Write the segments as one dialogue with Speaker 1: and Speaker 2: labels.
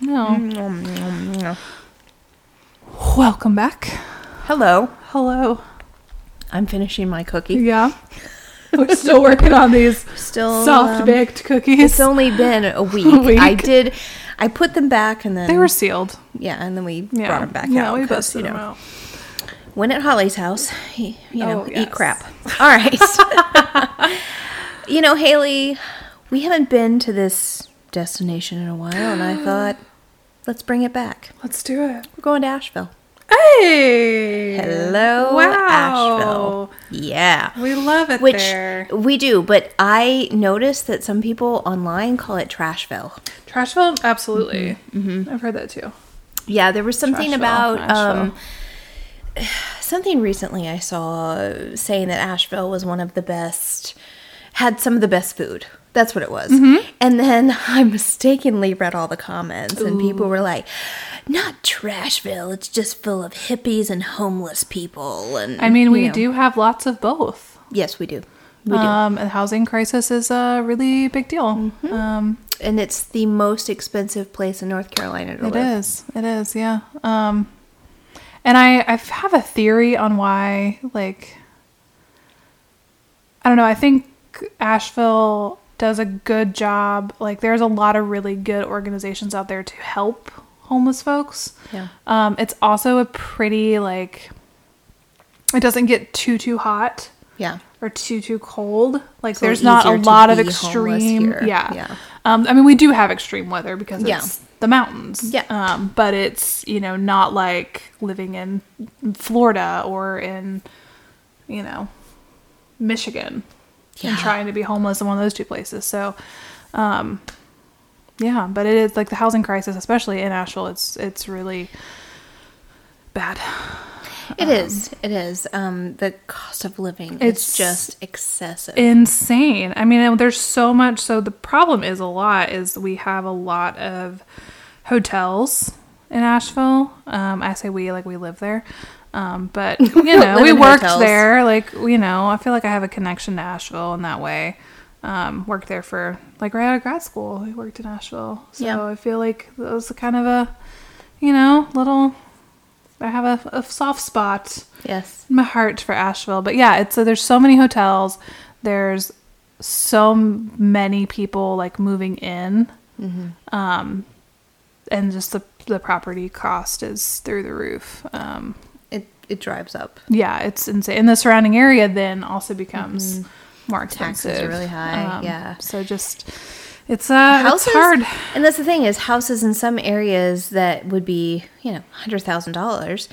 Speaker 1: No. Welcome back.
Speaker 2: Hello.
Speaker 1: Hello.
Speaker 2: I'm finishing my cookie.
Speaker 1: Yeah. We're still working on these
Speaker 2: Still
Speaker 1: soft
Speaker 2: um,
Speaker 1: baked cookies.
Speaker 2: It's only been a week.
Speaker 1: week.
Speaker 2: I did. I put them back and then
Speaker 1: They were sealed.
Speaker 2: yeah, and then we
Speaker 1: Yeah.
Speaker 2: brought them back
Speaker 1: yeah,
Speaker 2: out.
Speaker 1: we
Speaker 2: 'cause,
Speaker 1: busted
Speaker 2: you
Speaker 1: them
Speaker 2: know,
Speaker 1: out.
Speaker 2: When at Holly's house, he, you know,
Speaker 1: Oh,
Speaker 2: eat
Speaker 1: yes.
Speaker 2: crap. All right. you know, Haley, we haven't been to this destination in a while, and I thought, let's bring it back.
Speaker 1: Let's do it.
Speaker 2: We're going to Asheville.
Speaker 1: Hey.
Speaker 2: Hello,
Speaker 1: Wow.
Speaker 2: Asheville. Yeah.
Speaker 1: We love it
Speaker 2: Which
Speaker 1: there.
Speaker 2: we do, but I noticed that some people online call it Trashville.
Speaker 1: Trashville? Absolutely.
Speaker 2: Mm-hmm,
Speaker 1: I've heard that too.
Speaker 2: Yeah, there was something
Speaker 1: Trashville,
Speaker 2: about um,
Speaker 1: Asheville.
Speaker 2: something recently I saw saying that Asheville was one of the best, had some of the best food. That's what it was.
Speaker 1: Mm-hmm.
Speaker 2: And then I mistakenly read all the comments, and people were like, "Not Trashville. It's just full of hippies and homeless people." And
Speaker 1: I mean,
Speaker 2: you
Speaker 1: we
Speaker 2: know.
Speaker 1: do have lots of both.
Speaker 2: Yes, we do. We do.
Speaker 1: Um, and the housing crisis is a really big deal.
Speaker 2: Mm-hmm.
Speaker 1: Um,
Speaker 2: and it's the most expensive place in North Carolina to
Speaker 1: it
Speaker 2: live.
Speaker 1: is. It is. Yeah. Um, and I, I have a theory on why, like, I don't know. I think Asheville does a good job. Like, there's a lot of really good organizations out there to help homeless folks.
Speaker 2: Yeah.
Speaker 1: Um, it's also a pretty, like, it doesn't get too, too hot.
Speaker 2: Yeah.
Speaker 1: or too too cold. Like
Speaker 2: a
Speaker 1: there's
Speaker 2: little
Speaker 1: not a
Speaker 2: easier to
Speaker 1: lot of
Speaker 2: be homeless
Speaker 1: extreme.
Speaker 2: here.
Speaker 1: Yeah.
Speaker 2: Yeah.
Speaker 1: Um, I mean, we do have extreme weather because
Speaker 2: Yeah.
Speaker 1: it's the mountains.
Speaker 2: Yeah.
Speaker 1: Um, but it's you know not like living in Florida or in you know Michigan
Speaker 2: Yeah.
Speaker 1: and trying to be homeless in one of those two places. So. Um, yeah, but it is like the housing crisis, especially in Asheville. It's it's really bad. Um,
Speaker 2: It is. It is. Um, the cost of living
Speaker 1: It's-
Speaker 2: is just excessive.
Speaker 1: insane. I mean, there's so much. So the problem is a lot is we have a lot of hotels in Asheville. Um, I say we like we live there, um, but you know
Speaker 2: Live
Speaker 1: we
Speaker 2: in
Speaker 1: worked
Speaker 2: hotels.
Speaker 1: there. Like you know, I feel like I have a connection to Asheville in that way. Um, worked there for like right out of grad school. I worked in Asheville, so
Speaker 2: Yeah.
Speaker 1: I feel like that was kind of a you know little. I have a, a soft spot
Speaker 2: yes.
Speaker 1: my heart for Asheville. But yeah, it's so there's so many hotels. There's so m- many people like moving in,
Speaker 2: Mm-hmm.
Speaker 1: um, and just the the property cost is through the roof. Um,
Speaker 2: It it drives up.
Speaker 1: yeah, it's insane. And the surrounding area then also becomes more
Speaker 2: Mm-hmm. Taxes
Speaker 1: expensive. Um,
Speaker 2: are really high, yeah.
Speaker 1: So just it's uh, it's hard.
Speaker 2: and that's the thing is houses in some areas that would be you know hundred thousand dollars.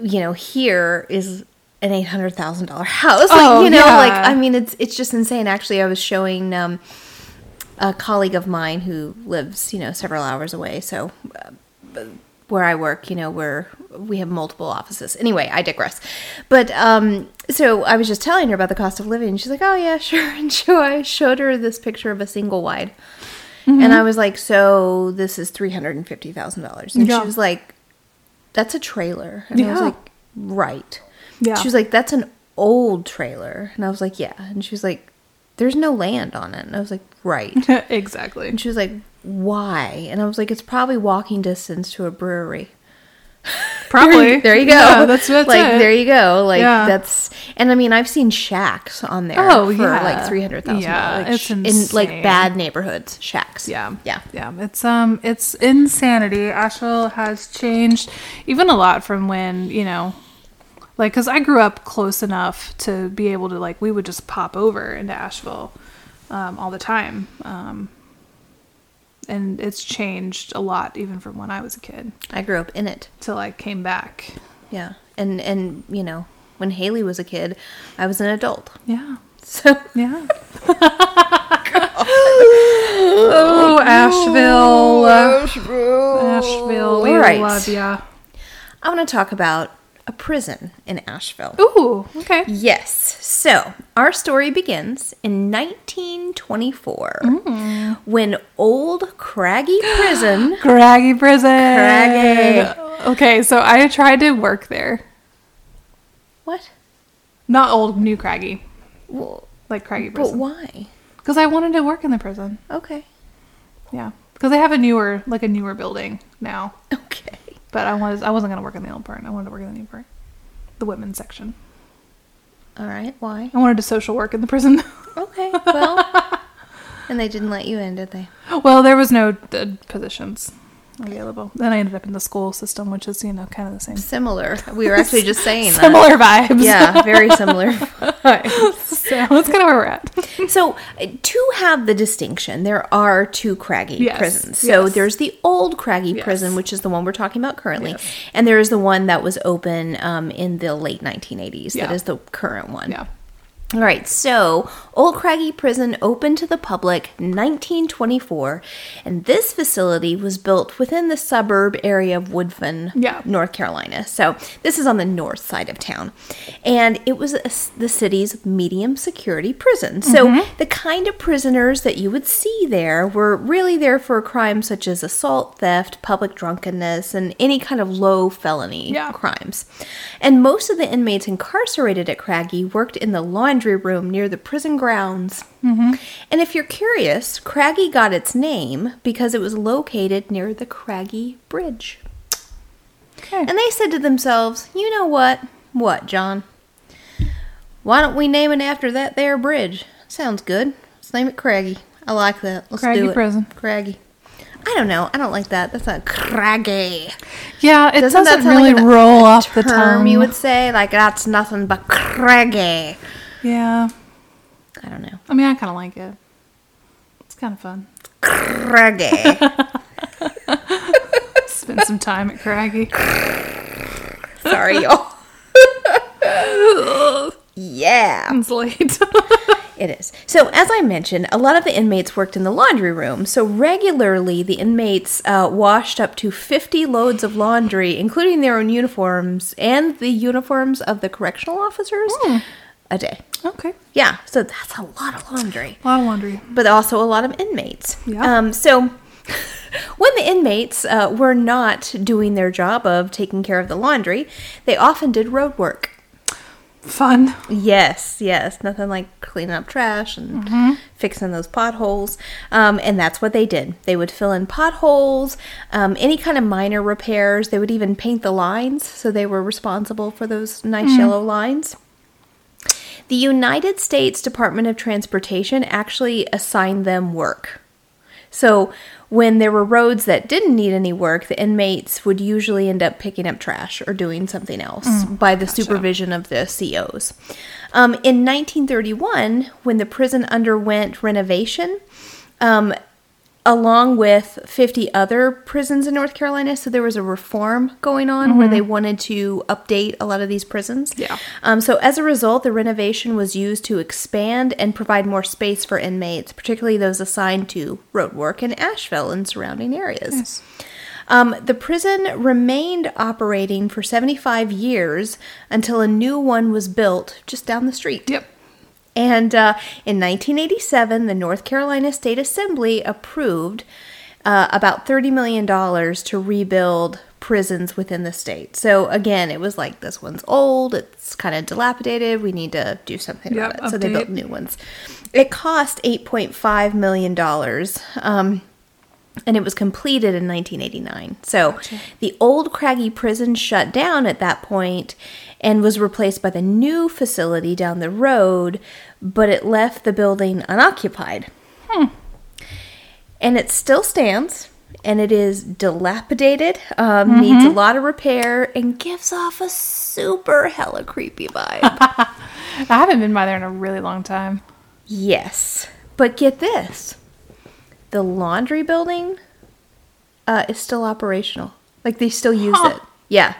Speaker 2: You know, here is an eight hundred thousand dollar house.
Speaker 1: Oh,
Speaker 2: like, you know,
Speaker 1: yeah.
Speaker 2: like I mean, it's it's just insane. Actually, I was showing. Um, a colleague of mine who lives, you know, several hours away. So, uh, where I work, you know, where we have multiple offices. Anyway, I digress. But um, so I was just telling her about the cost of living. and She's like, "Oh yeah, sure." And so I showed her this picture of a single wide, and
Speaker 1: Mm-hmm.
Speaker 2: I was like, "So this is three hundred and fifty thousand dollars." And
Speaker 1: Yeah.
Speaker 2: she was like, "That's a trailer," and I was
Speaker 1: Yeah.
Speaker 2: like, "Right."
Speaker 1: Yeah.
Speaker 2: She was like, "That's an old trailer," and I was like, "Yeah," and she was like, "There's no land on it," and I was like, "Right."
Speaker 1: exactly.
Speaker 2: And she was like, why? And I was like, it's probably walking distance to a brewery.
Speaker 1: Probably.
Speaker 2: there you go.
Speaker 1: Yeah, that's that's
Speaker 2: like
Speaker 1: it.
Speaker 2: there you go. Like
Speaker 1: Yeah.
Speaker 2: that's and I mean I've seen shacks on there
Speaker 1: Oh,
Speaker 2: for
Speaker 1: yeah.
Speaker 2: like three hundred thousand
Speaker 1: Yeah,
Speaker 2: dollars.
Speaker 1: it's
Speaker 2: in
Speaker 1: insane.
Speaker 2: like bad neighborhoods, shacks.
Speaker 1: Yeah.
Speaker 2: Yeah.
Speaker 1: Yeah. It's um it's insanity. Asheville has changed even a lot from when, you know, like cuz I grew up close enough to be able to like we would just pop over into Asheville um all the time. Um and it's changed a lot even from when I was a kid
Speaker 2: I grew up in it.
Speaker 1: till I came back.
Speaker 2: Yeah. And and you know, when Haley was a kid, I was an adult.
Speaker 1: Yeah.
Speaker 2: So
Speaker 1: Yeah. oh, Asheville. Asheville. We
Speaker 2: All right.
Speaker 1: love ya.
Speaker 2: I want to talk about a prison in Asheville.
Speaker 1: Ooh, okay.
Speaker 2: Yes. So our story begins in 1924
Speaker 1: Mm.
Speaker 2: when old Craggy Prison.
Speaker 1: Craggy prison.
Speaker 2: Craggy.
Speaker 1: Okay, so I tried to work there.
Speaker 2: what?
Speaker 1: Not old, new Craggy,
Speaker 2: Well,
Speaker 1: like Craggy
Speaker 2: but
Speaker 1: prison.
Speaker 2: why?
Speaker 1: Because I wanted to work in the prison.
Speaker 2: Okay.
Speaker 1: Yeah, because they have a newer, like a newer building now.
Speaker 2: Okay.
Speaker 1: But I was, I wasn't gonna work in the old part. I wanted to work in the new part, the women's section.
Speaker 2: All right. Why?
Speaker 1: I wanted to social work in the prison.
Speaker 2: Okay. Well, and they didn't let you in, did they?
Speaker 1: well, there was no uh, positions available. Then I ended up in the school system, which is you know kind of the same.
Speaker 2: Similar. We were actually just saying that.
Speaker 1: Similar vibes.
Speaker 2: Yeah, very similar.
Speaker 1: so that's kind of where we're at.
Speaker 2: So, uh, to have the distinction, there are two craggy
Speaker 1: Yes,
Speaker 2: prisons. So,
Speaker 1: yes.
Speaker 2: there's the old craggy
Speaker 1: Yes.
Speaker 2: prison, which is the one we're talking about currently,
Speaker 1: Yes.
Speaker 2: and there is the one that was open um, in the late 1980s.
Speaker 1: Yeah.
Speaker 2: That is the current one.
Speaker 1: Yeah.
Speaker 2: All right, so Old Craggy Prison opened to the public 1924, and this facility was built within the suburb area of Woodfin,
Speaker 1: Yeah.
Speaker 2: North Carolina. So this is on the north side of town, and it was a s the city's medium security prison. So the kind of prisoners that you would see there were really there for crimes such as assault, theft, public drunkenness, and any kind of low felony
Speaker 1: Yeah.
Speaker 2: crimes. And most of the inmates incarcerated at Craggy worked in the laundry room near the prison grounds. And if you're curious, Craggy got its name because it was located near the Craggy Bridge.
Speaker 1: Okay.
Speaker 2: And they said to themselves, you know what? What, John? Why don't we name it after that there bridge? Sounds good. Let's name it Craggy. I like that. Let's
Speaker 1: Craggy
Speaker 2: do it.
Speaker 1: Prison.
Speaker 2: Craggy. I don't know. I don't like that. That's not craggy.
Speaker 1: Yeah, it
Speaker 2: Doesn't that
Speaker 1: doesn't,
Speaker 2: sound
Speaker 1: really
Speaker 2: like an-
Speaker 1: roll
Speaker 2: a
Speaker 1: off the
Speaker 2: term
Speaker 1: tongue.
Speaker 2: You would say like that's nothing but craggy.
Speaker 1: Yeah,
Speaker 2: I don't know.
Speaker 1: I mean, I kind of like it. It's kind of fun.
Speaker 2: Craggy.
Speaker 1: Spend some time at Craggy.
Speaker 2: Sorry, y'all. yeah.
Speaker 1: It's late.
Speaker 2: It is. So, as I mentioned, a lot of the inmates worked in the laundry room. So, regularly, the inmates uh, washed up to 50 loads of laundry, including their own uniforms and the uniforms of the correctional officers, a day.
Speaker 1: okay,
Speaker 2: Yeah, so that's a lot of laundry.
Speaker 1: a lot of laundry.
Speaker 2: but also a lot of inmates.
Speaker 1: Yeah.
Speaker 2: Um, so when the inmates uh, were not doing their job of taking care of the laundry, they often did road work.
Speaker 1: Fun.
Speaker 2: Yes, yes, nothing like cleaning up trash and fixing those potholes. Um, and that's what they did. They would fill in potholes, um, any kind of minor repairs. They would even paint the lines, so they were responsible for those nice yellow lines. The United States Department of Transportation actually assigned them work. So when there were roads that didn't need any work, the inmates would usually end up picking up trash or doing something else by the supervision of the COs. Um, in 1931, when the prison underwent renovation, um, along with 50 other prisons in North Carolina. So there was a reform going on where they wanted to update a lot of these prisons.
Speaker 1: Yeah.
Speaker 2: Um, so as a result, the renovation was used to expand and provide more space for inmates, particularly those assigned to road work in Asheville and surrounding areas.
Speaker 1: Yes.
Speaker 2: Um, the prison remained operating for 75 years until a new one was built just down the street.
Speaker 1: Yep.
Speaker 2: And uh, in 1987, the North Carolina State Assembly approved uh, about $30 million to rebuild prisons within the state. So, again, it was like this one's old, it's kind of dilapidated, we need to do something
Speaker 1: Yep,
Speaker 2: about it. So, they
Speaker 1: update.
Speaker 2: built new ones. It cost $8.5 million. Um, and it was completed in 1989. So the old Craggy prison shut down at that point and was replaced by the new facility down the road, but it left the building unoccupied. And it still stands and it is dilapidated, um, needs a lot of repair, and gives off a super hella creepy vibe.
Speaker 1: I haven't been by there in a really long time.
Speaker 2: Yes. But get this the laundry building uh, is still operational. Like they still use
Speaker 1: Huh.
Speaker 2: it. Yeah.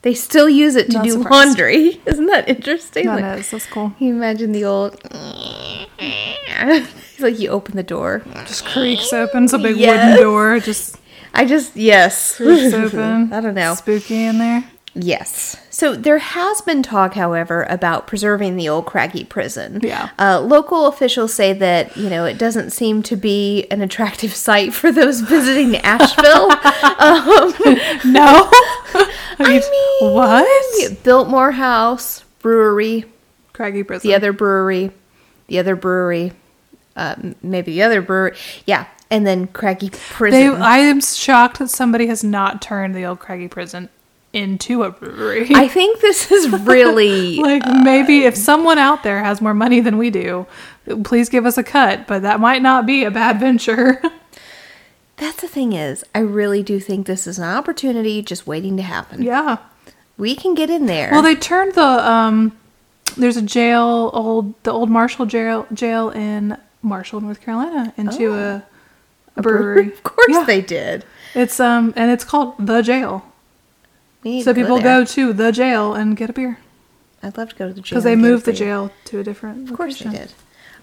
Speaker 2: They still use it to
Speaker 1: Not
Speaker 2: do
Speaker 1: surprised.
Speaker 2: laundry. Isn't that interesting?
Speaker 1: That
Speaker 2: Like,
Speaker 1: is. That's cool.
Speaker 2: Can you imagine the old. it's like you open the door.
Speaker 1: Just creaks open. It's a big
Speaker 2: Yes.
Speaker 1: wooden door. Just
Speaker 2: I just, yes.
Speaker 1: creaks open.
Speaker 2: I don't know.
Speaker 1: Spooky in there.
Speaker 2: Yes. So there has been talk, however, about preserving the old craggy prison.
Speaker 1: Yeah.
Speaker 2: Uh, local officials say that, you know, it doesn't seem to be an attractive site for those visiting Asheville. Um,
Speaker 1: No.
Speaker 2: I mean,
Speaker 1: what?
Speaker 2: Biltmore House, brewery,
Speaker 1: Craggy Prison.
Speaker 2: the other brewery, the other brewery, uh, m- maybe the other brewery. Yeah. And then craggy
Speaker 1: They,
Speaker 2: prison.
Speaker 1: I am shocked that somebody has not turned the old Craggy Prison into a brewery.
Speaker 2: I think this is really
Speaker 1: like maybe if someone out there has more money than we do, please give us a cut. But that might not be a bad venture.
Speaker 2: That's the thing is, I really do think this is an opportunity just waiting to happen.
Speaker 1: yeah.
Speaker 2: We can get in there.
Speaker 1: Well, they turned the um. There's a jail, old the old Marshall jail jail in Marshall, North Carolina, into a, a
Speaker 2: Oh.
Speaker 1: brewery.
Speaker 2: of course
Speaker 1: Yeah.
Speaker 2: they did.
Speaker 1: It's um and it's called the jail.
Speaker 2: We need
Speaker 1: So
Speaker 2: to
Speaker 1: people
Speaker 2: there.
Speaker 1: go to the jail and get a beer
Speaker 2: I'd love to go to the jail
Speaker 1: because they
Speaker 2: and get a
Speaker 1: moved the
Speaker 2: free-
Speaker 1: jail to a different.
Speaker 2: Of course they
Speaker 1: location.
Speaker 2: did.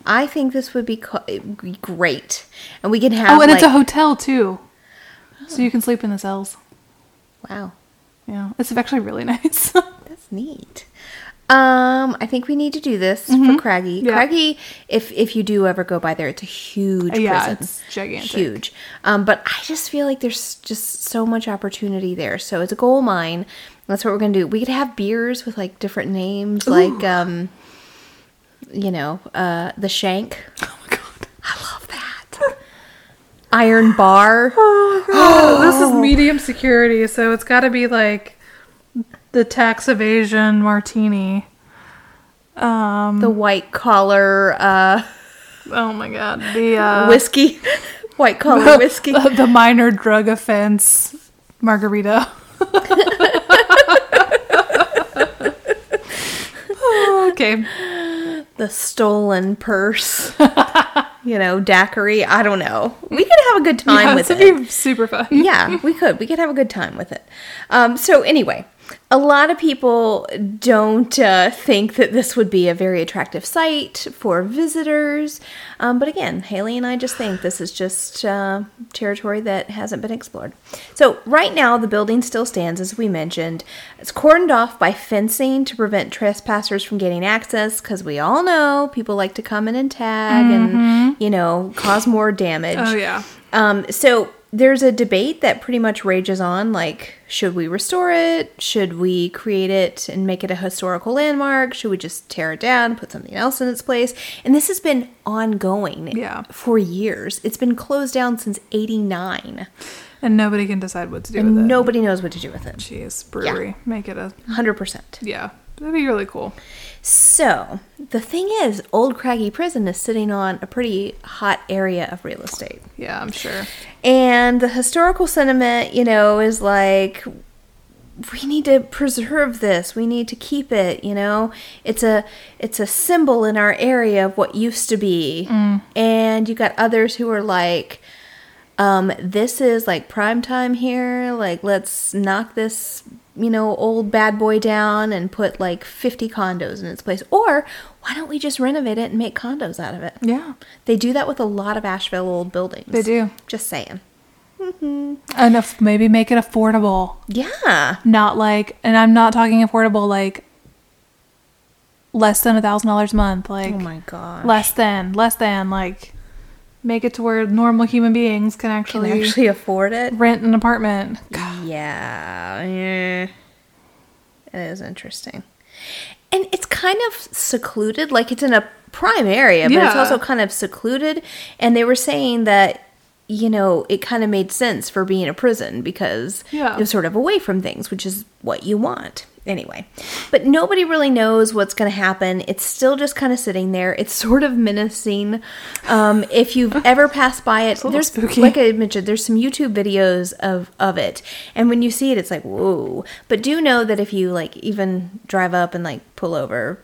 Speaker 2: I think this would be, co- it would be great, and we can have.
Speaker 1: Oh, and it's a
Speaker 2: like- Oh.
Speaker 1: hotel too, so you can sleep in the cells.
Speaker 2: Wow,
Speaker 1: Yeah, it's actually really nice.
Speaker 2: that's neat. Um, I think we need to do this for Craggy.
Speaker 1: Mm-hmm. Yeah.
Speaker 2: Craggy, if if you do ever go by there, it's a huge
Speaker 1: Yeah,
Speaker 2: prison.
Speaker 1: it's gigantic.
Speaker 2: Huge. Um, but I just feel like there's just so much opportunity there. So it's a gold mine. That's what we're gonna do. We could have beers with like different names, like um, you know, uh, the Shank.
Speaker 1: oh my god,
Speaker 2: I love that. Iron Bar.
Speaker 1: this
Speaker 2: Oh.
Speaker 1: is medium security, so it's got to be like the tax evasion martini. Um.
Speaker 2: The white collar uh,
Speaker 1: Oh my god, the uh,
Speaker 2: whiskey. White collar whiskey.
Speaker 1: the minor drug offense margarita. okay.
Speaker 2: the stolen purse, you know, daiquiri. I don't know. We could have a good time
Speaker 1: Yeah,
Speaker 2: with
Speaker 1: this
Speaker 2: it. Mm.
Speaker 1: would be super fun.
Speaker 2: yeah, we could. We could have a good time with it. Um, so anyway, a lot of people don't uh, think that this would be a very attractive site for visitors. Um, but again, Haley and I just think this is just uh, territory that hasn't been explored. So right now, the building still stands, as we mentioned. It's cordoned off by fencing to prevent trespassers from getting access, because we all know people like to come in and tag and you know cause more damage.
Speaker 1: Mm-hmm. Oh, yeah.
Speaker 2: Um, so there's a debate that pretty much rages on like, should we restore it? Should we create it and make it a historical landmark? Should we just tear it down, put something else in its place? And this has been ongoing
Speaker 1: Yeah.
Speaker 2: for years. It's been closed down since 89.
Speaker 1: And nobody can decide what to do with it.
Speaker 2: Nobody knows what to do with it.
Speaker 1: Jeez, brewery. Make it a
Speaker 2: 100%.
Speaker 1: yeah. That'd be really cool.
Speaker 2: So, the thing is, Old Craggy Prison is sitting on a pretty hot area of real estate.
Speaker 1: Yeah, I'm sure.
Speaker 2: And the historical sentiment, you know, is like we need to preserve this. We need to keep it, you know. It's a it's a symbol in our area of what used to be. And you got others who are like um this is like prime time here. Like let's knock this, you know, old bad boy down and put like 50 condos in its place or why don't we just renovate it and make condos out of it?
Speaker 1: Yeah.
Speaker 2: They do that with a lot of Asheville old buildings.
Speaker 1: They do.
Speaker 2: Just saying.
Speaker 1: And if maybe make it affordable.
Speaker 2: Yeah.
Speaker 1: Not like and I'm not talking affordable like less than a thousand dollars a month. Like
Speaker 2: Oh god.
Speaker 1: less than, less than, like make it to where normal human beings can actually,
Speaker 2: actually afford it?
Speaker 1: rent an apartment.
Speaker 2: Yeah. yeah. It is interesting. And it's kind of secluded. Like it's in a prime area, but it's
Speaker 1: Yeah.
Speaker 2: also kind of secluded. And they were saying that, you know, it kind of made sense for being a prison because
Speaker 1: Yeah.
Speaker 2: it was sort of away from things, which is what you want. Anyway, but nobody really knows what's going to happen. It's still just kind of sitting there. It's sort of menacing. Um, if you've ever passed by it,
Speaker 1: little
Speaker 2: there's
Speaker 1: spooky.
Speaker 2: like I mentioned, there's some YouTube videos of of it, and when you see it, it's like whoa. But do know that if you like even drive up and like pull over,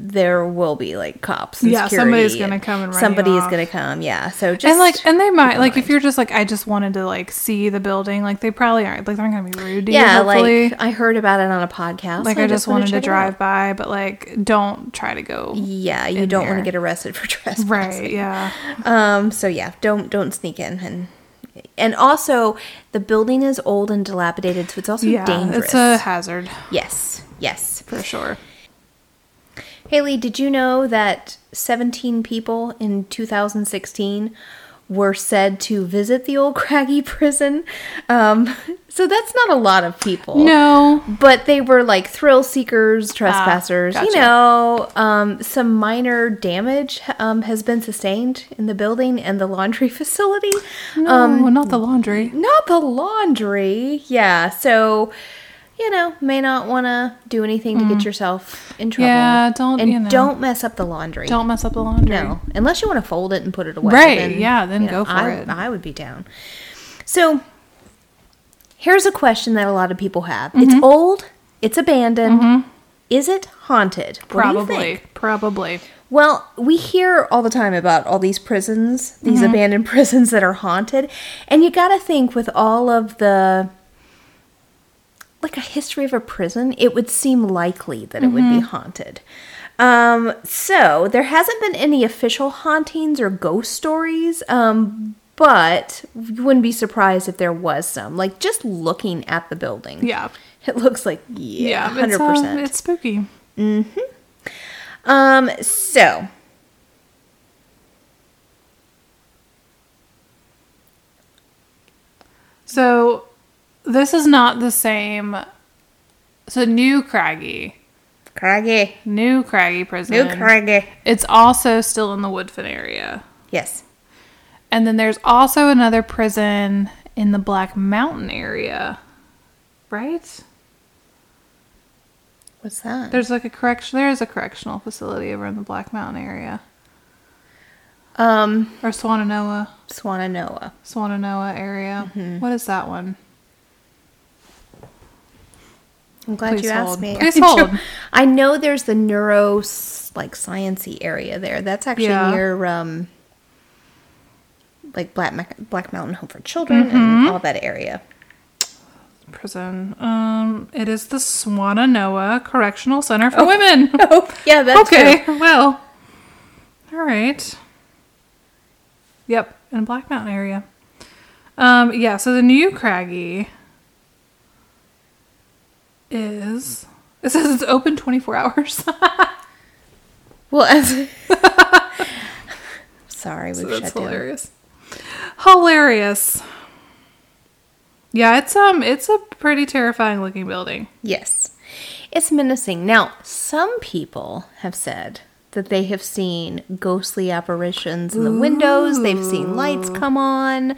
Speaker 2: there will be like cops. And
Speaker 1: Yeah,
Speaker 2: security
Speaker 1: somebody's gonna come and run you
Speaker 2: somebody is
Speaker 1: off.
Speaker 2: gonna come. Yeah, so just
Speaker 1: and like and they might
Speaker 2: in
Speaker 1: like if
Speaker 2: mind.
Speaker 1: you're just like I just wanted to like see the building like they probably aren't like they're not gonna be rude to
Speaker 2: yeah,
Speaker 1: you hopefully
Speaker 2: like I heard about it on a podcast.
Speaker 1: like
Speaker 2: so
Speaker 1: I, just
Speaker 2: wanna
Speaker 1: wanted to
Speaker 2: check it
Speaker 1: drive
Speaker 2: out.
Speaker 1: by but like don't try to go
Speaker 2: Yeah, you
Speaker 1: in
Speaker 2: don't want
Speaker 1: there.
Speaker 2: to get arrested for trespassing.
Speaker 1: right yeah
Speaker 2: Um. So yeah, don't don't sneak in and and also the building is old and dilapidated, so it's also
Speaker 1: yeah,
Speaker 2: dangerous.
Speaker 1: it's a hazard
Speaker 2: yes, yes.
Speaker 1: for sure.
Speaker 2: Haley, did you know that 17 people in 2016 were said to visit the old craggy prison? Um, so that's not a lot of people.
Speaker 1: No, Ah,
Speaker 2: But they were like thrill seekers, trespassers. You
Speaker 1: gotcha.
Speaker 2: know, um, some minor damage um, has been sustained in the building and the laundry facility.
Speaker 1: no,
Speaker 2: um,
Speaker 1: not the laundry.
Speaker 2: Not the laundry. Yeah. So, you know, may not want to do anything to get yourself in trouble.
Speaker 1: Mm. Yeah, don't,
Speaker 2: and
Speaker 1: you know.
Speaker 2: don't mess up the laundry.
Speaker 1: Don't mess up the laundry.
Speaker 2: No, unless you want to fold it and put it away.
Speaker 1: Right, yeah, then
Speaker 2: you
Speaker 1: go for
Speaker 2: I,
Speaker 1: it.
Speaker 2: I would be down. So, here's a question that a lot of people have.
Speaker 1: Mm-hmm.
Speaker 2: It's old. It's abandoned. Is it haunted? What do you
Speaker 1: Probably,
Speaker 2: think?
Speaker 1: probably.
Speaker 2: Well, we hear all the time about all these prisons, these
Speaker 1: Mm-hmm.
Speaker 2: abandoned prisons that are haunted. And you got to think with all of the like a history of a prison, it would seem likely that it
Speaker 1: Mm-hmm.
Speaker 2: would be haunted. Um, so there hasn't been any official hauntings or ghost stories, um, but you wouldn't be surprised if there was some. Like just looking at the building,
Speaker 1: Yeah.
Speaker 2: it looks like yeah,
Speaker 1: it's,
Speaker 2: hundred
Speaker 1: uh,
Speaker 2: percent.
Speaker 1: It's spooky.
Speaker 2: Um, so.
Speaker 1: So this is not the same. So new Craggy,
Speaker 2: Craggy.
Speaker 1: new Craggy prison.
Speaker 2: New Craggy.
Speaker 1: It's also still in the Woodfin area,
Speaker 2: Yes.
Speaker 1: and then there's also another prison in the Black Mountain area, right?
Speaker 2: What's that?
Speaker 1: There's like a correction. There is a correctional facility over in the Black Mountain area
Speaker 2: Um,
Speaker 1: or Swananoa,
Speaker 2: Swananoa.
Speaker 1: Swananoa area.
Speaker 2: Mm-hmm.
Speaker 1: What is that one?
Speaker 2: I'm glad
Speaker 1: Please
Speaker 2: you
Speaker 1: hold.
Speaker 2: asked me.
Speaker 1: Please
Speaker 2: I know-
Speaker 1: hold.
Speaker 2: I know there's the neuro like sciency area there. That's actually
Speaker 1: Yeah.
Speaker 2: near um like Black Mac- Black Mountain Home for Children
Speaker 1: Mm-hmm.
Speaker 2: and all that area.
Speaker 1: Prison. Um, it is the Swananoa Correctional Center for Women.
Speaker 2: Oh, yeah, that's
Speaker 1: okay,
Speaker 2: okay.
Speaker 1: well. All right. Yep, in Black Mountain area. Um, yeah, so the new Craggy is it says it's open 24 hours.
Speaker 2: Well, as Sorry, we've
Speaker 1: That's
Speaker 2: shut down.
Speaker 1: hilarious. Hilarious. Yeah, it's um it's a pretty terrifying looking building.
Speaker 2: Yes. It's menacing. Now, some people have said that they have seen ghostly apparitions in the windows, they've seen lights come on.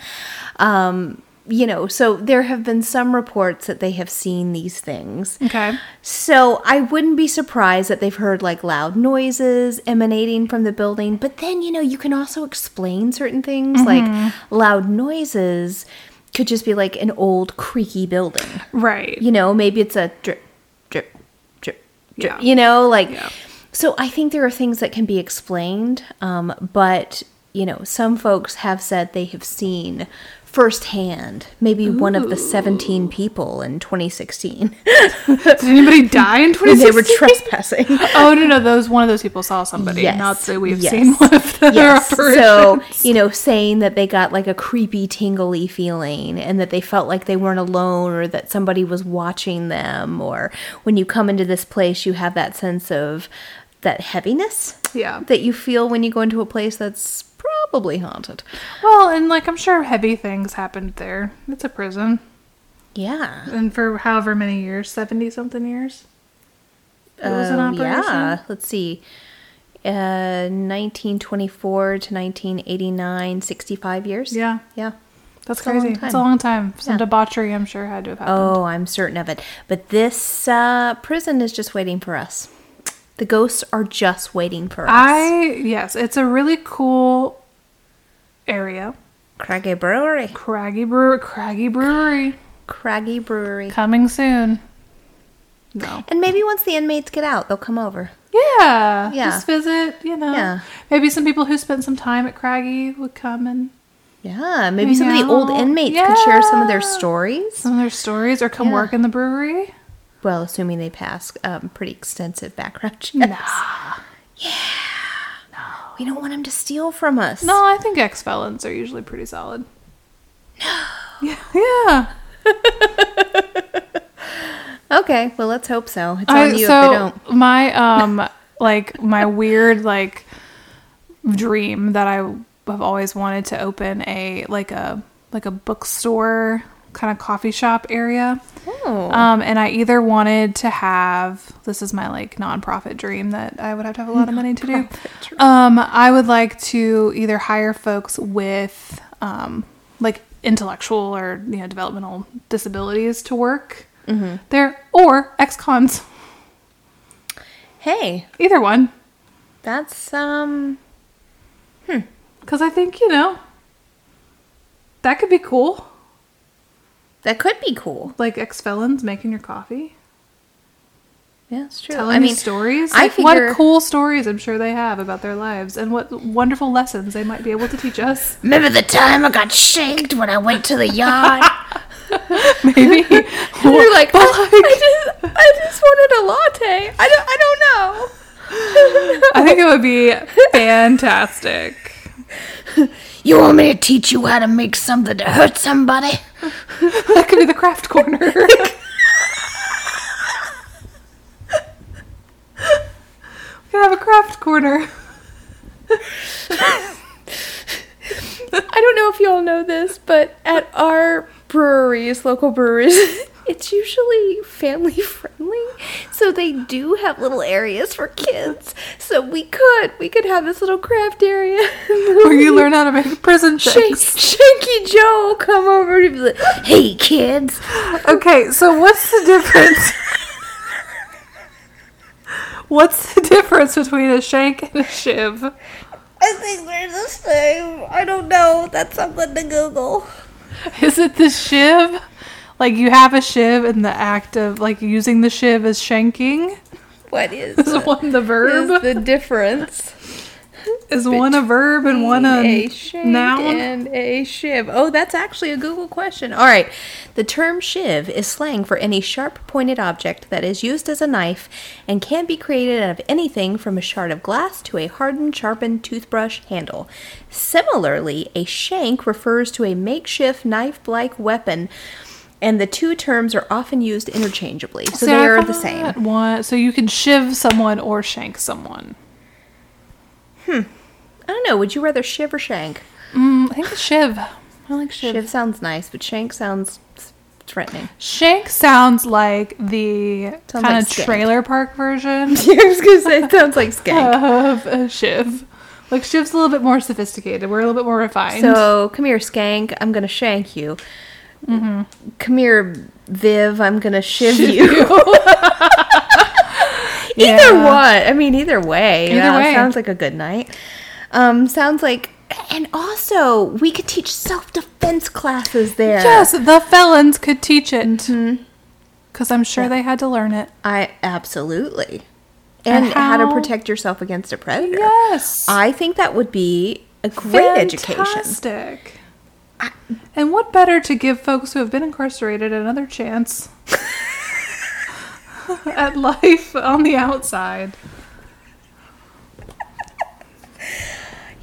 Speaker 2: Um, you know, so there have been some reports that they have seen these things.
Speaker 1: Okay.
Speaker 2: So I wouldn't be surprised that they've heard like loud noises emanating from the building. But then, you know, you can also explain certain things like loud noises could just be like an old creaky building
Speaker 1: Right.
Speaker 2: you know, maybe it's a drip, drip, drip, drip.
Speaker 1: Yeah.
Speaker 2: You know, like,
Speaker 1: Yeah.
Speaker 2: so I think there are things that can be explained, um, but you know, some folks have said they have seen firsthand maybe one of the 17 people in 2016
Speaker 1: Did anybody die in
Speaker 2: when
Speaker 1: 2016?
Speaker 2: they were trespassing.
Speaker 1: Oh no, no, those one of those people saw somebody. Not that we've
Speaker 2: yes,
Speaker 1: seen one of their
Speaker 2: yes. So,
Speaker 1: apparitions.
Speaker 2: you know, saying that they got like a creepy, tingly feeling and that they felt like they weren't alone or that somebody was watching them, or when you come into this place, you have that sense of that heaviness
Speaker 1: Yeah.
Speaker 2: that you feel when you go into a place that's probably haunted.
Speaker 1: Well, and like I'm sure heavy things happened there. It's a prison,
Speaker 2: Yeah.
Speaker 1: and for however many years, seventy something years, it was an
Speaker 2: Um,
Speaker 1: operation.
Speaker 2: yeah. Let's see. Uh, 1924 to 1989, 65 years.
Speaker 1: Yeah.
Speaker 2: Yeah.
Speaker 1: That's
Speaker 2: It's a long
Speaker 1: crazy. it's a
Speaker 2: time.
Speaker 1: long time. Some
Speaker 2: Yeah.
Speaker 1: debauchery, I'm sure, had to have happened.
Speaker 2: Oh, I'm certain of it. But this uh, prison is just waiting for us. The ghosts are just waiting for us.
Speaker 1: I yes, it's a really cool area.
Speaker 2: Craggy Brewery.
Speaker 1: Craggy Brewer, Craggy Brewery,
Speaker 2: Craggy Brewery.
Speaker 1: coming soon. No.
Speaker 2: And maybe once the inmates get out, they'll come over.
Speaker 1: Yeah,
Speaker 2: Yeah.
Speaker 1: Just visit, you know.
Speaker 2: Yeah.
Speaker 1: Maybe some people who spent some time at Craggy would come and
Speaker 2: Yeah, maybe
Speaker 1: Hang
Speaker 2: some of the old
Speaker 1: out.
Speaker 2: inmates could share some of their
Speaker 1: Yeah.
Speaker 2: stories.
Speaker 1: some of their stories or come
Speaker 2: Yeah.
Speaker 1: work in the brewery.
Speaker 2: Well, assuming they pass um, pretty extensive background checks. Yeah. We don't want them to steal from us.
Speaker 1: No, I think ex felons are usually pretty solid.
Speaker 2: No.
Speaker 1: Yeah.
Speaker 2: Okay, well, let's hope so. It's
Speaker 1: I-
Speaker 2: on you if they
Speaker 1: so
Speaker 2: don't.
Speaker 1: my um like my weird like dream that I have always wanted to open a like a like a bookstore kind of coffee shop area.
Speaker 2: Oh.
Speaker 1: Um, and I either wanted to have this is my like nonprofit dream that I would have to have a lot of money to do. Um, I would like to either hire folks with um, like intellectual or you know developmental disabilities to work there, or ex-cons.
Speaker 2: Hey,
Speaker 1: Either one,
Speaker 2: that's um.
Speaker 1: because I think you know that could be cool.
Speaker 2: That could be cool.
Speaker 1: Like ex-felons making your coffee,
Speaker 2: Yeah, it's true.
Speaker 1: telling
Speaker 2: I mean,
Speaker 1: you stories.
Speaker 2: I
Speaker 1: Like,
Speaker 2: figure-
Speaker 1: what cool stories I'm sure they have about their lives, and what wonderful lessons they might be able to teach us.
Speaker 2: Remember the time I got shanked when I went to the yard? And
Speaker 1: Maybe
Speaker 2: you're like, "Oh, I, just, I just wanted a latte. I don't, I don't know.
Speaker 1: I think it would be fantastic.
Speaker 3: You want me to teach you how to make something to hurt somebody?
Speaker 1: That could be the craft corner. we could have a craft corner.
Speaker 2: I don't know if y'all know this, but at our breweries, local breweries, it's usually family friendly. So they do have little areas for kids. So we could, we could have this little craft area.
Speaker 1: Where you learn how to make prison
Speaker 2: Shank,
Speaker 1: shakes.
Speaker 2: Shanky Joe will come over and be like,
Speaker 3: Hey, kids.
Speaker 1: Okay, so what's the difference? What's the difference between a shank and a shiv?
Speaker 2: I think they're the same. I don't know. That's something to Google.
Speaker 1: Is it the shiv? Like you have a shiv and the act of like using the shiv is shanking?
Speaker 2: What is,
Speaker 1: Is one the verb?
Speaker 2: is the difference?
Speaker 1: Is one a verb and one a,
Speaker 2: a shank
Speaker 1: noun?
Speaker 2: and a shiv. Oh, that's actually a Google question. All right. The term shiv is slang for any sharp pointed object that is used as a knife and can be created out of anything from a shard of glass to a hardened, sharpened toothbrush handle. Similarly, a shank refers to a makeshift knife like weapon. And the two terms are often used interchangeably, so
Speaker 1: See, I
Speaker 2: they are the
Speaker 1: thought
Speaker 2: same.
Speaker 1: One, so you can shiv someone or shank someone.
Speaker 2: I don't know. Would you rather shiv or shank?
Speaker 1: Mm, I think it's shiv. I like shiv.
Speaker 2: Shiv sounds nice, but shank sounds threatening.
Speaker 1: Shank sounds like the
Speaker 2: Sounds
Speaker 1: kind
Speaker 2: like
Speaker 1: of
Speaker 2: skank.
Speaker 1: trailer park version
Speaker 2: I was gonna say it sounds like
Speaker 1: Oh,
Speaker 2: skank.
Speaker 1: of a shiv. Like shiv's a little bit more sophisticated. We're a little bit more refined.
Speaker 2: So come here, skank. I'm gonna shank you. Come here, Viv. I'm gonna shiv you. either
Speaker 1: Yeah.
Speaker 2: one. I mean, either way.
Speaker 1: Either
Speaker 2: yeah,
Speaker 1: way.
Speaker 2: sounds like a good night. Um, sounds like. And also, we could teach self defense classes there.
Speaker 1: yes, the felons could teach it. Because
Speaker 2: Mm-hmm.
Speaker 1: I'm sure they had to learn it.
Speaker 2: I absolutely. And,
Speaker 1: And
Speaker 2: how, to
Speaker 1: how-
Speaker 2: protect yourself against a predator.
Speaker 1: Yes.
Speaker 2: I think that would be a great education.
Speaker 1: Fantastic. And what better to give folks who have been incarcerated another chance at life on the outside?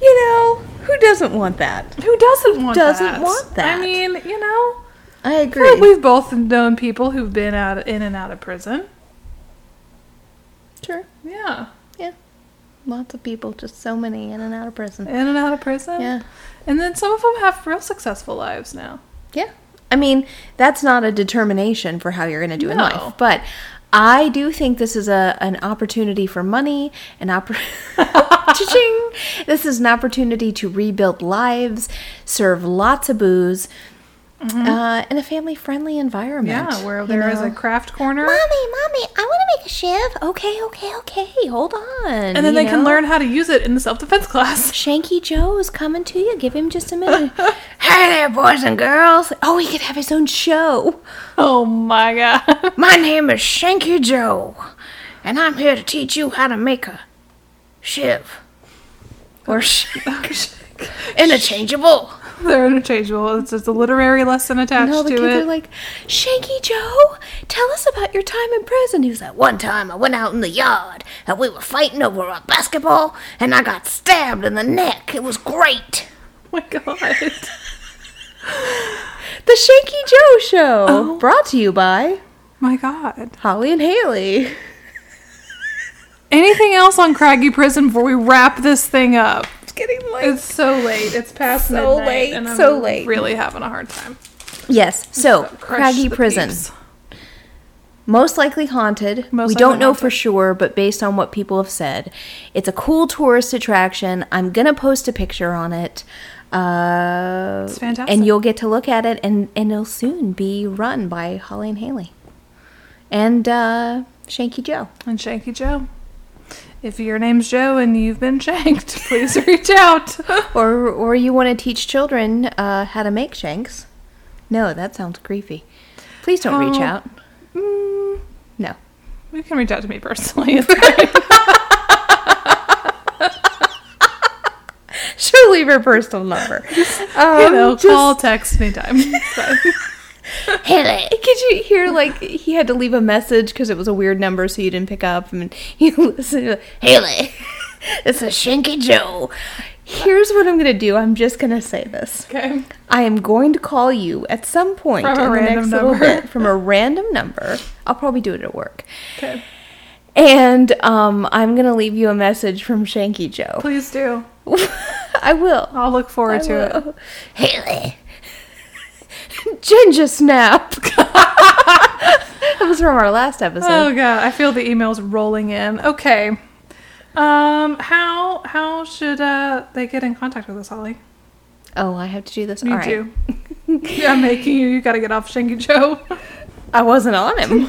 Speaker 2: You know, who doesn't want that?
Speaker 1: Who doesn't want
Speaker 2: Doesn't
Speaker 1: that?
Speaker 2: want that.
Speaker 1: I mean, you know,
Speaker 2: I
Speaker 1: I feel
Speaker 2: agree.
Speaker 1: like we've both known people who've been out in and out of prison.
Speaker 2: Sure.
Speaker 1: Yeah,
Speaker 2: Yeah. Lots of people, just so many in and out of prison.
Speaker 1: in and out of prison.
Speaker 2: Yeah.
Speaker 1: and then some of them have real successful lives now.
Speaker 2: Yeah. I mean, that's not a determination for how you're going to do in
Speaker 1: No.
Speaker 2: life, but I do think this is a an opportunity for money, an opportunity. this is an opportunity to rebuild lives, serve lots of booze, uh, in a family friendly environment.
Speaker 1: Mm-hmm. Yeah, where
Speaker 2: you
Speaker 1: there is
Speaker 2: know?
Speaker 1: a craft corner,
Speaker 3: Mommy, mommy, I want to make a shiv.
Speaker 2: okay, okay, okay, hold on,
Speaker 1: and then
Speaker 2: you
Speaker 1: they
Speaker 2: know?
Speaker 1: can learn how to use it in the self defense class.
Speaker 2: Shanky Joe is coming to you. Give him just a minute.
Speaker 3: Hey there, boys and girls.
Speaker 2: oh, he could have his own show.
Speaker 1: Oh my god.
Speaker 3: My name is Shanky Joe, and I'm here to teach you how to make a shiv. Or sh- interchangeable.
Speaker 1: They're interchangeable. It's just a literary lesson attached
Speaker 2: And all the
Speaker 1: to
Speaker 2: kids
Speaker 1: it.
Speaker 2: are like, Shanky Joe, tell us about your time in prison. He was like,
Speaker 3: One time I went out in the yard, and we were fighting over a basketball, and I got stabbed in the neck. It was great.
Speaker 1: oh my god.
Speaker 2: The Shaky Joe Show,
Speaker 1: Oh.
Speaker 2: brought to you by
Speaker 1: My God.
Speaker 2: Holly and Haley.
Speaker 1: Anything else on Craggy Prison before we wrap this thing up?
Speaker 2: It's getting late.
Speaker 1: It's so late. It's past
Speaker 2: So
Speaker 1: midnight,
Speaker 2: late,
Speaker 1: and I'm
Speaker 2: so late.
Speaker 1: Really having a hard time.
Speaker 2: yes, so
Speaker 1: Crush
Speaker 2: Craggy
Speaker 1: the
Speaker 2: Prison,
Speaker 1: peeps.
Speaker 2: most likely haunted.
Speaker 1: Most
Speaker 2: we don't
Speaker 1: likely
Speaker 2: know for
Speaker 1: haunted.
Speaker 2: sure, but based on what people have said, it's a cool tourist attraction. I'm gonna post a picture on it. Uh,
Speaker 1: It's fantastic.
Speaker 2: and you'll get to look at it, and, and it'll soon be run by Holly and Haley, and uh, Shanky Joe.
Speaker 1: and Shanky Joe. If your name's Joe and you've been shanked, please reach out.
Speaker 2: or or you want to teach children uh, how to make shanks? No, that sounds creepy. Please don't reach
Speaker 1: Oh. Mm.
Speaker 2: out. No.
Speaker 1: You can reach out to me personally. It's
Speaker 2: She'll leave her personal number. Um,
Speaker 1: you know,
Speaker 2: just-
Speaker 1: call, text, anytime. It's fine.
Speaker 2: Haley. Could you hear like he had to leave a message because it was a weird number, so you didn't pick up, and he uh, listened. Haley, it's a Shanky Joe. Here's what I'm gonna do. I'm just gonna say this.
Speaker 1: okay.
Speaker 2: I am going to call you at some point
Speaker 1: From a
Speaker 2: in the
Speaker 1: random
Speaker 2: next little
Speaker 1: number.
Speaker 2: bit from a random number. I'll probably do it at work.
Speaker 1: Okay.
Speaker 2: And um, I'm gonna leave you a message from Shanky Joe.
Speaker 1: Please do.
Speaker 2: I will.
Speaker 1: I'll look forward
Speaker 2: I
Speaker 1: to it.
Speaker 2: will. Haley. Ginger snap. that was from our last episode.
Speaker 1: Oh god, I feel the emails rolling in. Okay. Um, how how should uh they get in contact with us, Holly?
Speaker 2: Oh, I have to do this.
Speaker 1: You
Speaker 2: All right.
Speaker 1: do. yeah, I'm making you. You gotta get off Shanky Joe.
Speaker 2: I wasn't on him.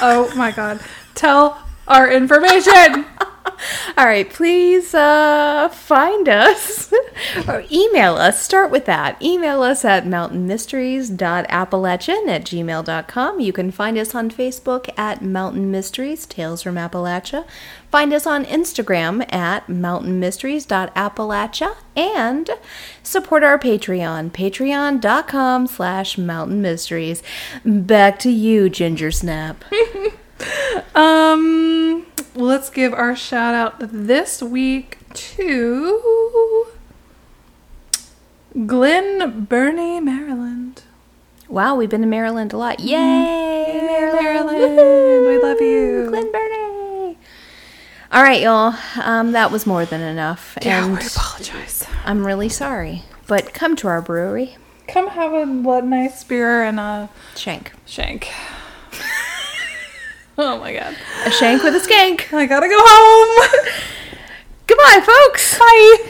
Speaker 1: Oh my god. Tell our information.
Speaker 2: All right, please uh, find us or email us. Start with that. Email us at mountainmysteries.appalachian at gmail.com. You can find us on Facebook at Mountain Mysteries, Tales from Appalachia. Find us on Instagram at mountainmysteries.appalachia and support our Patreon, patreon.com slash mountain mysteries. Back to you, Ginger Snap.
Speaker 1: Um, let's give our shout out this week to Glen Burnie, Maryland.
Speaker 2: Wow, we've been to Maryland a lot. Yay, Maryland!
Speaker 1: Mm-hmm. Maryland, we love you.
Speaker 2: Glen Burnie. All right, y'all. Um, that was more than enough, and
Speaker 1: apologize.
Speaker 2: I'm really sorry. But come to our brewery,
Speaker 1: Come have a lo- nice beer and a
Speaker 2: shank
Speaker 1: shank. oh my god.
Speaker 2: a shank with a skank.
Speaker 1: I gotta go home.
Speaker 2: Goodbye, folks.
Speaker 1: Bye.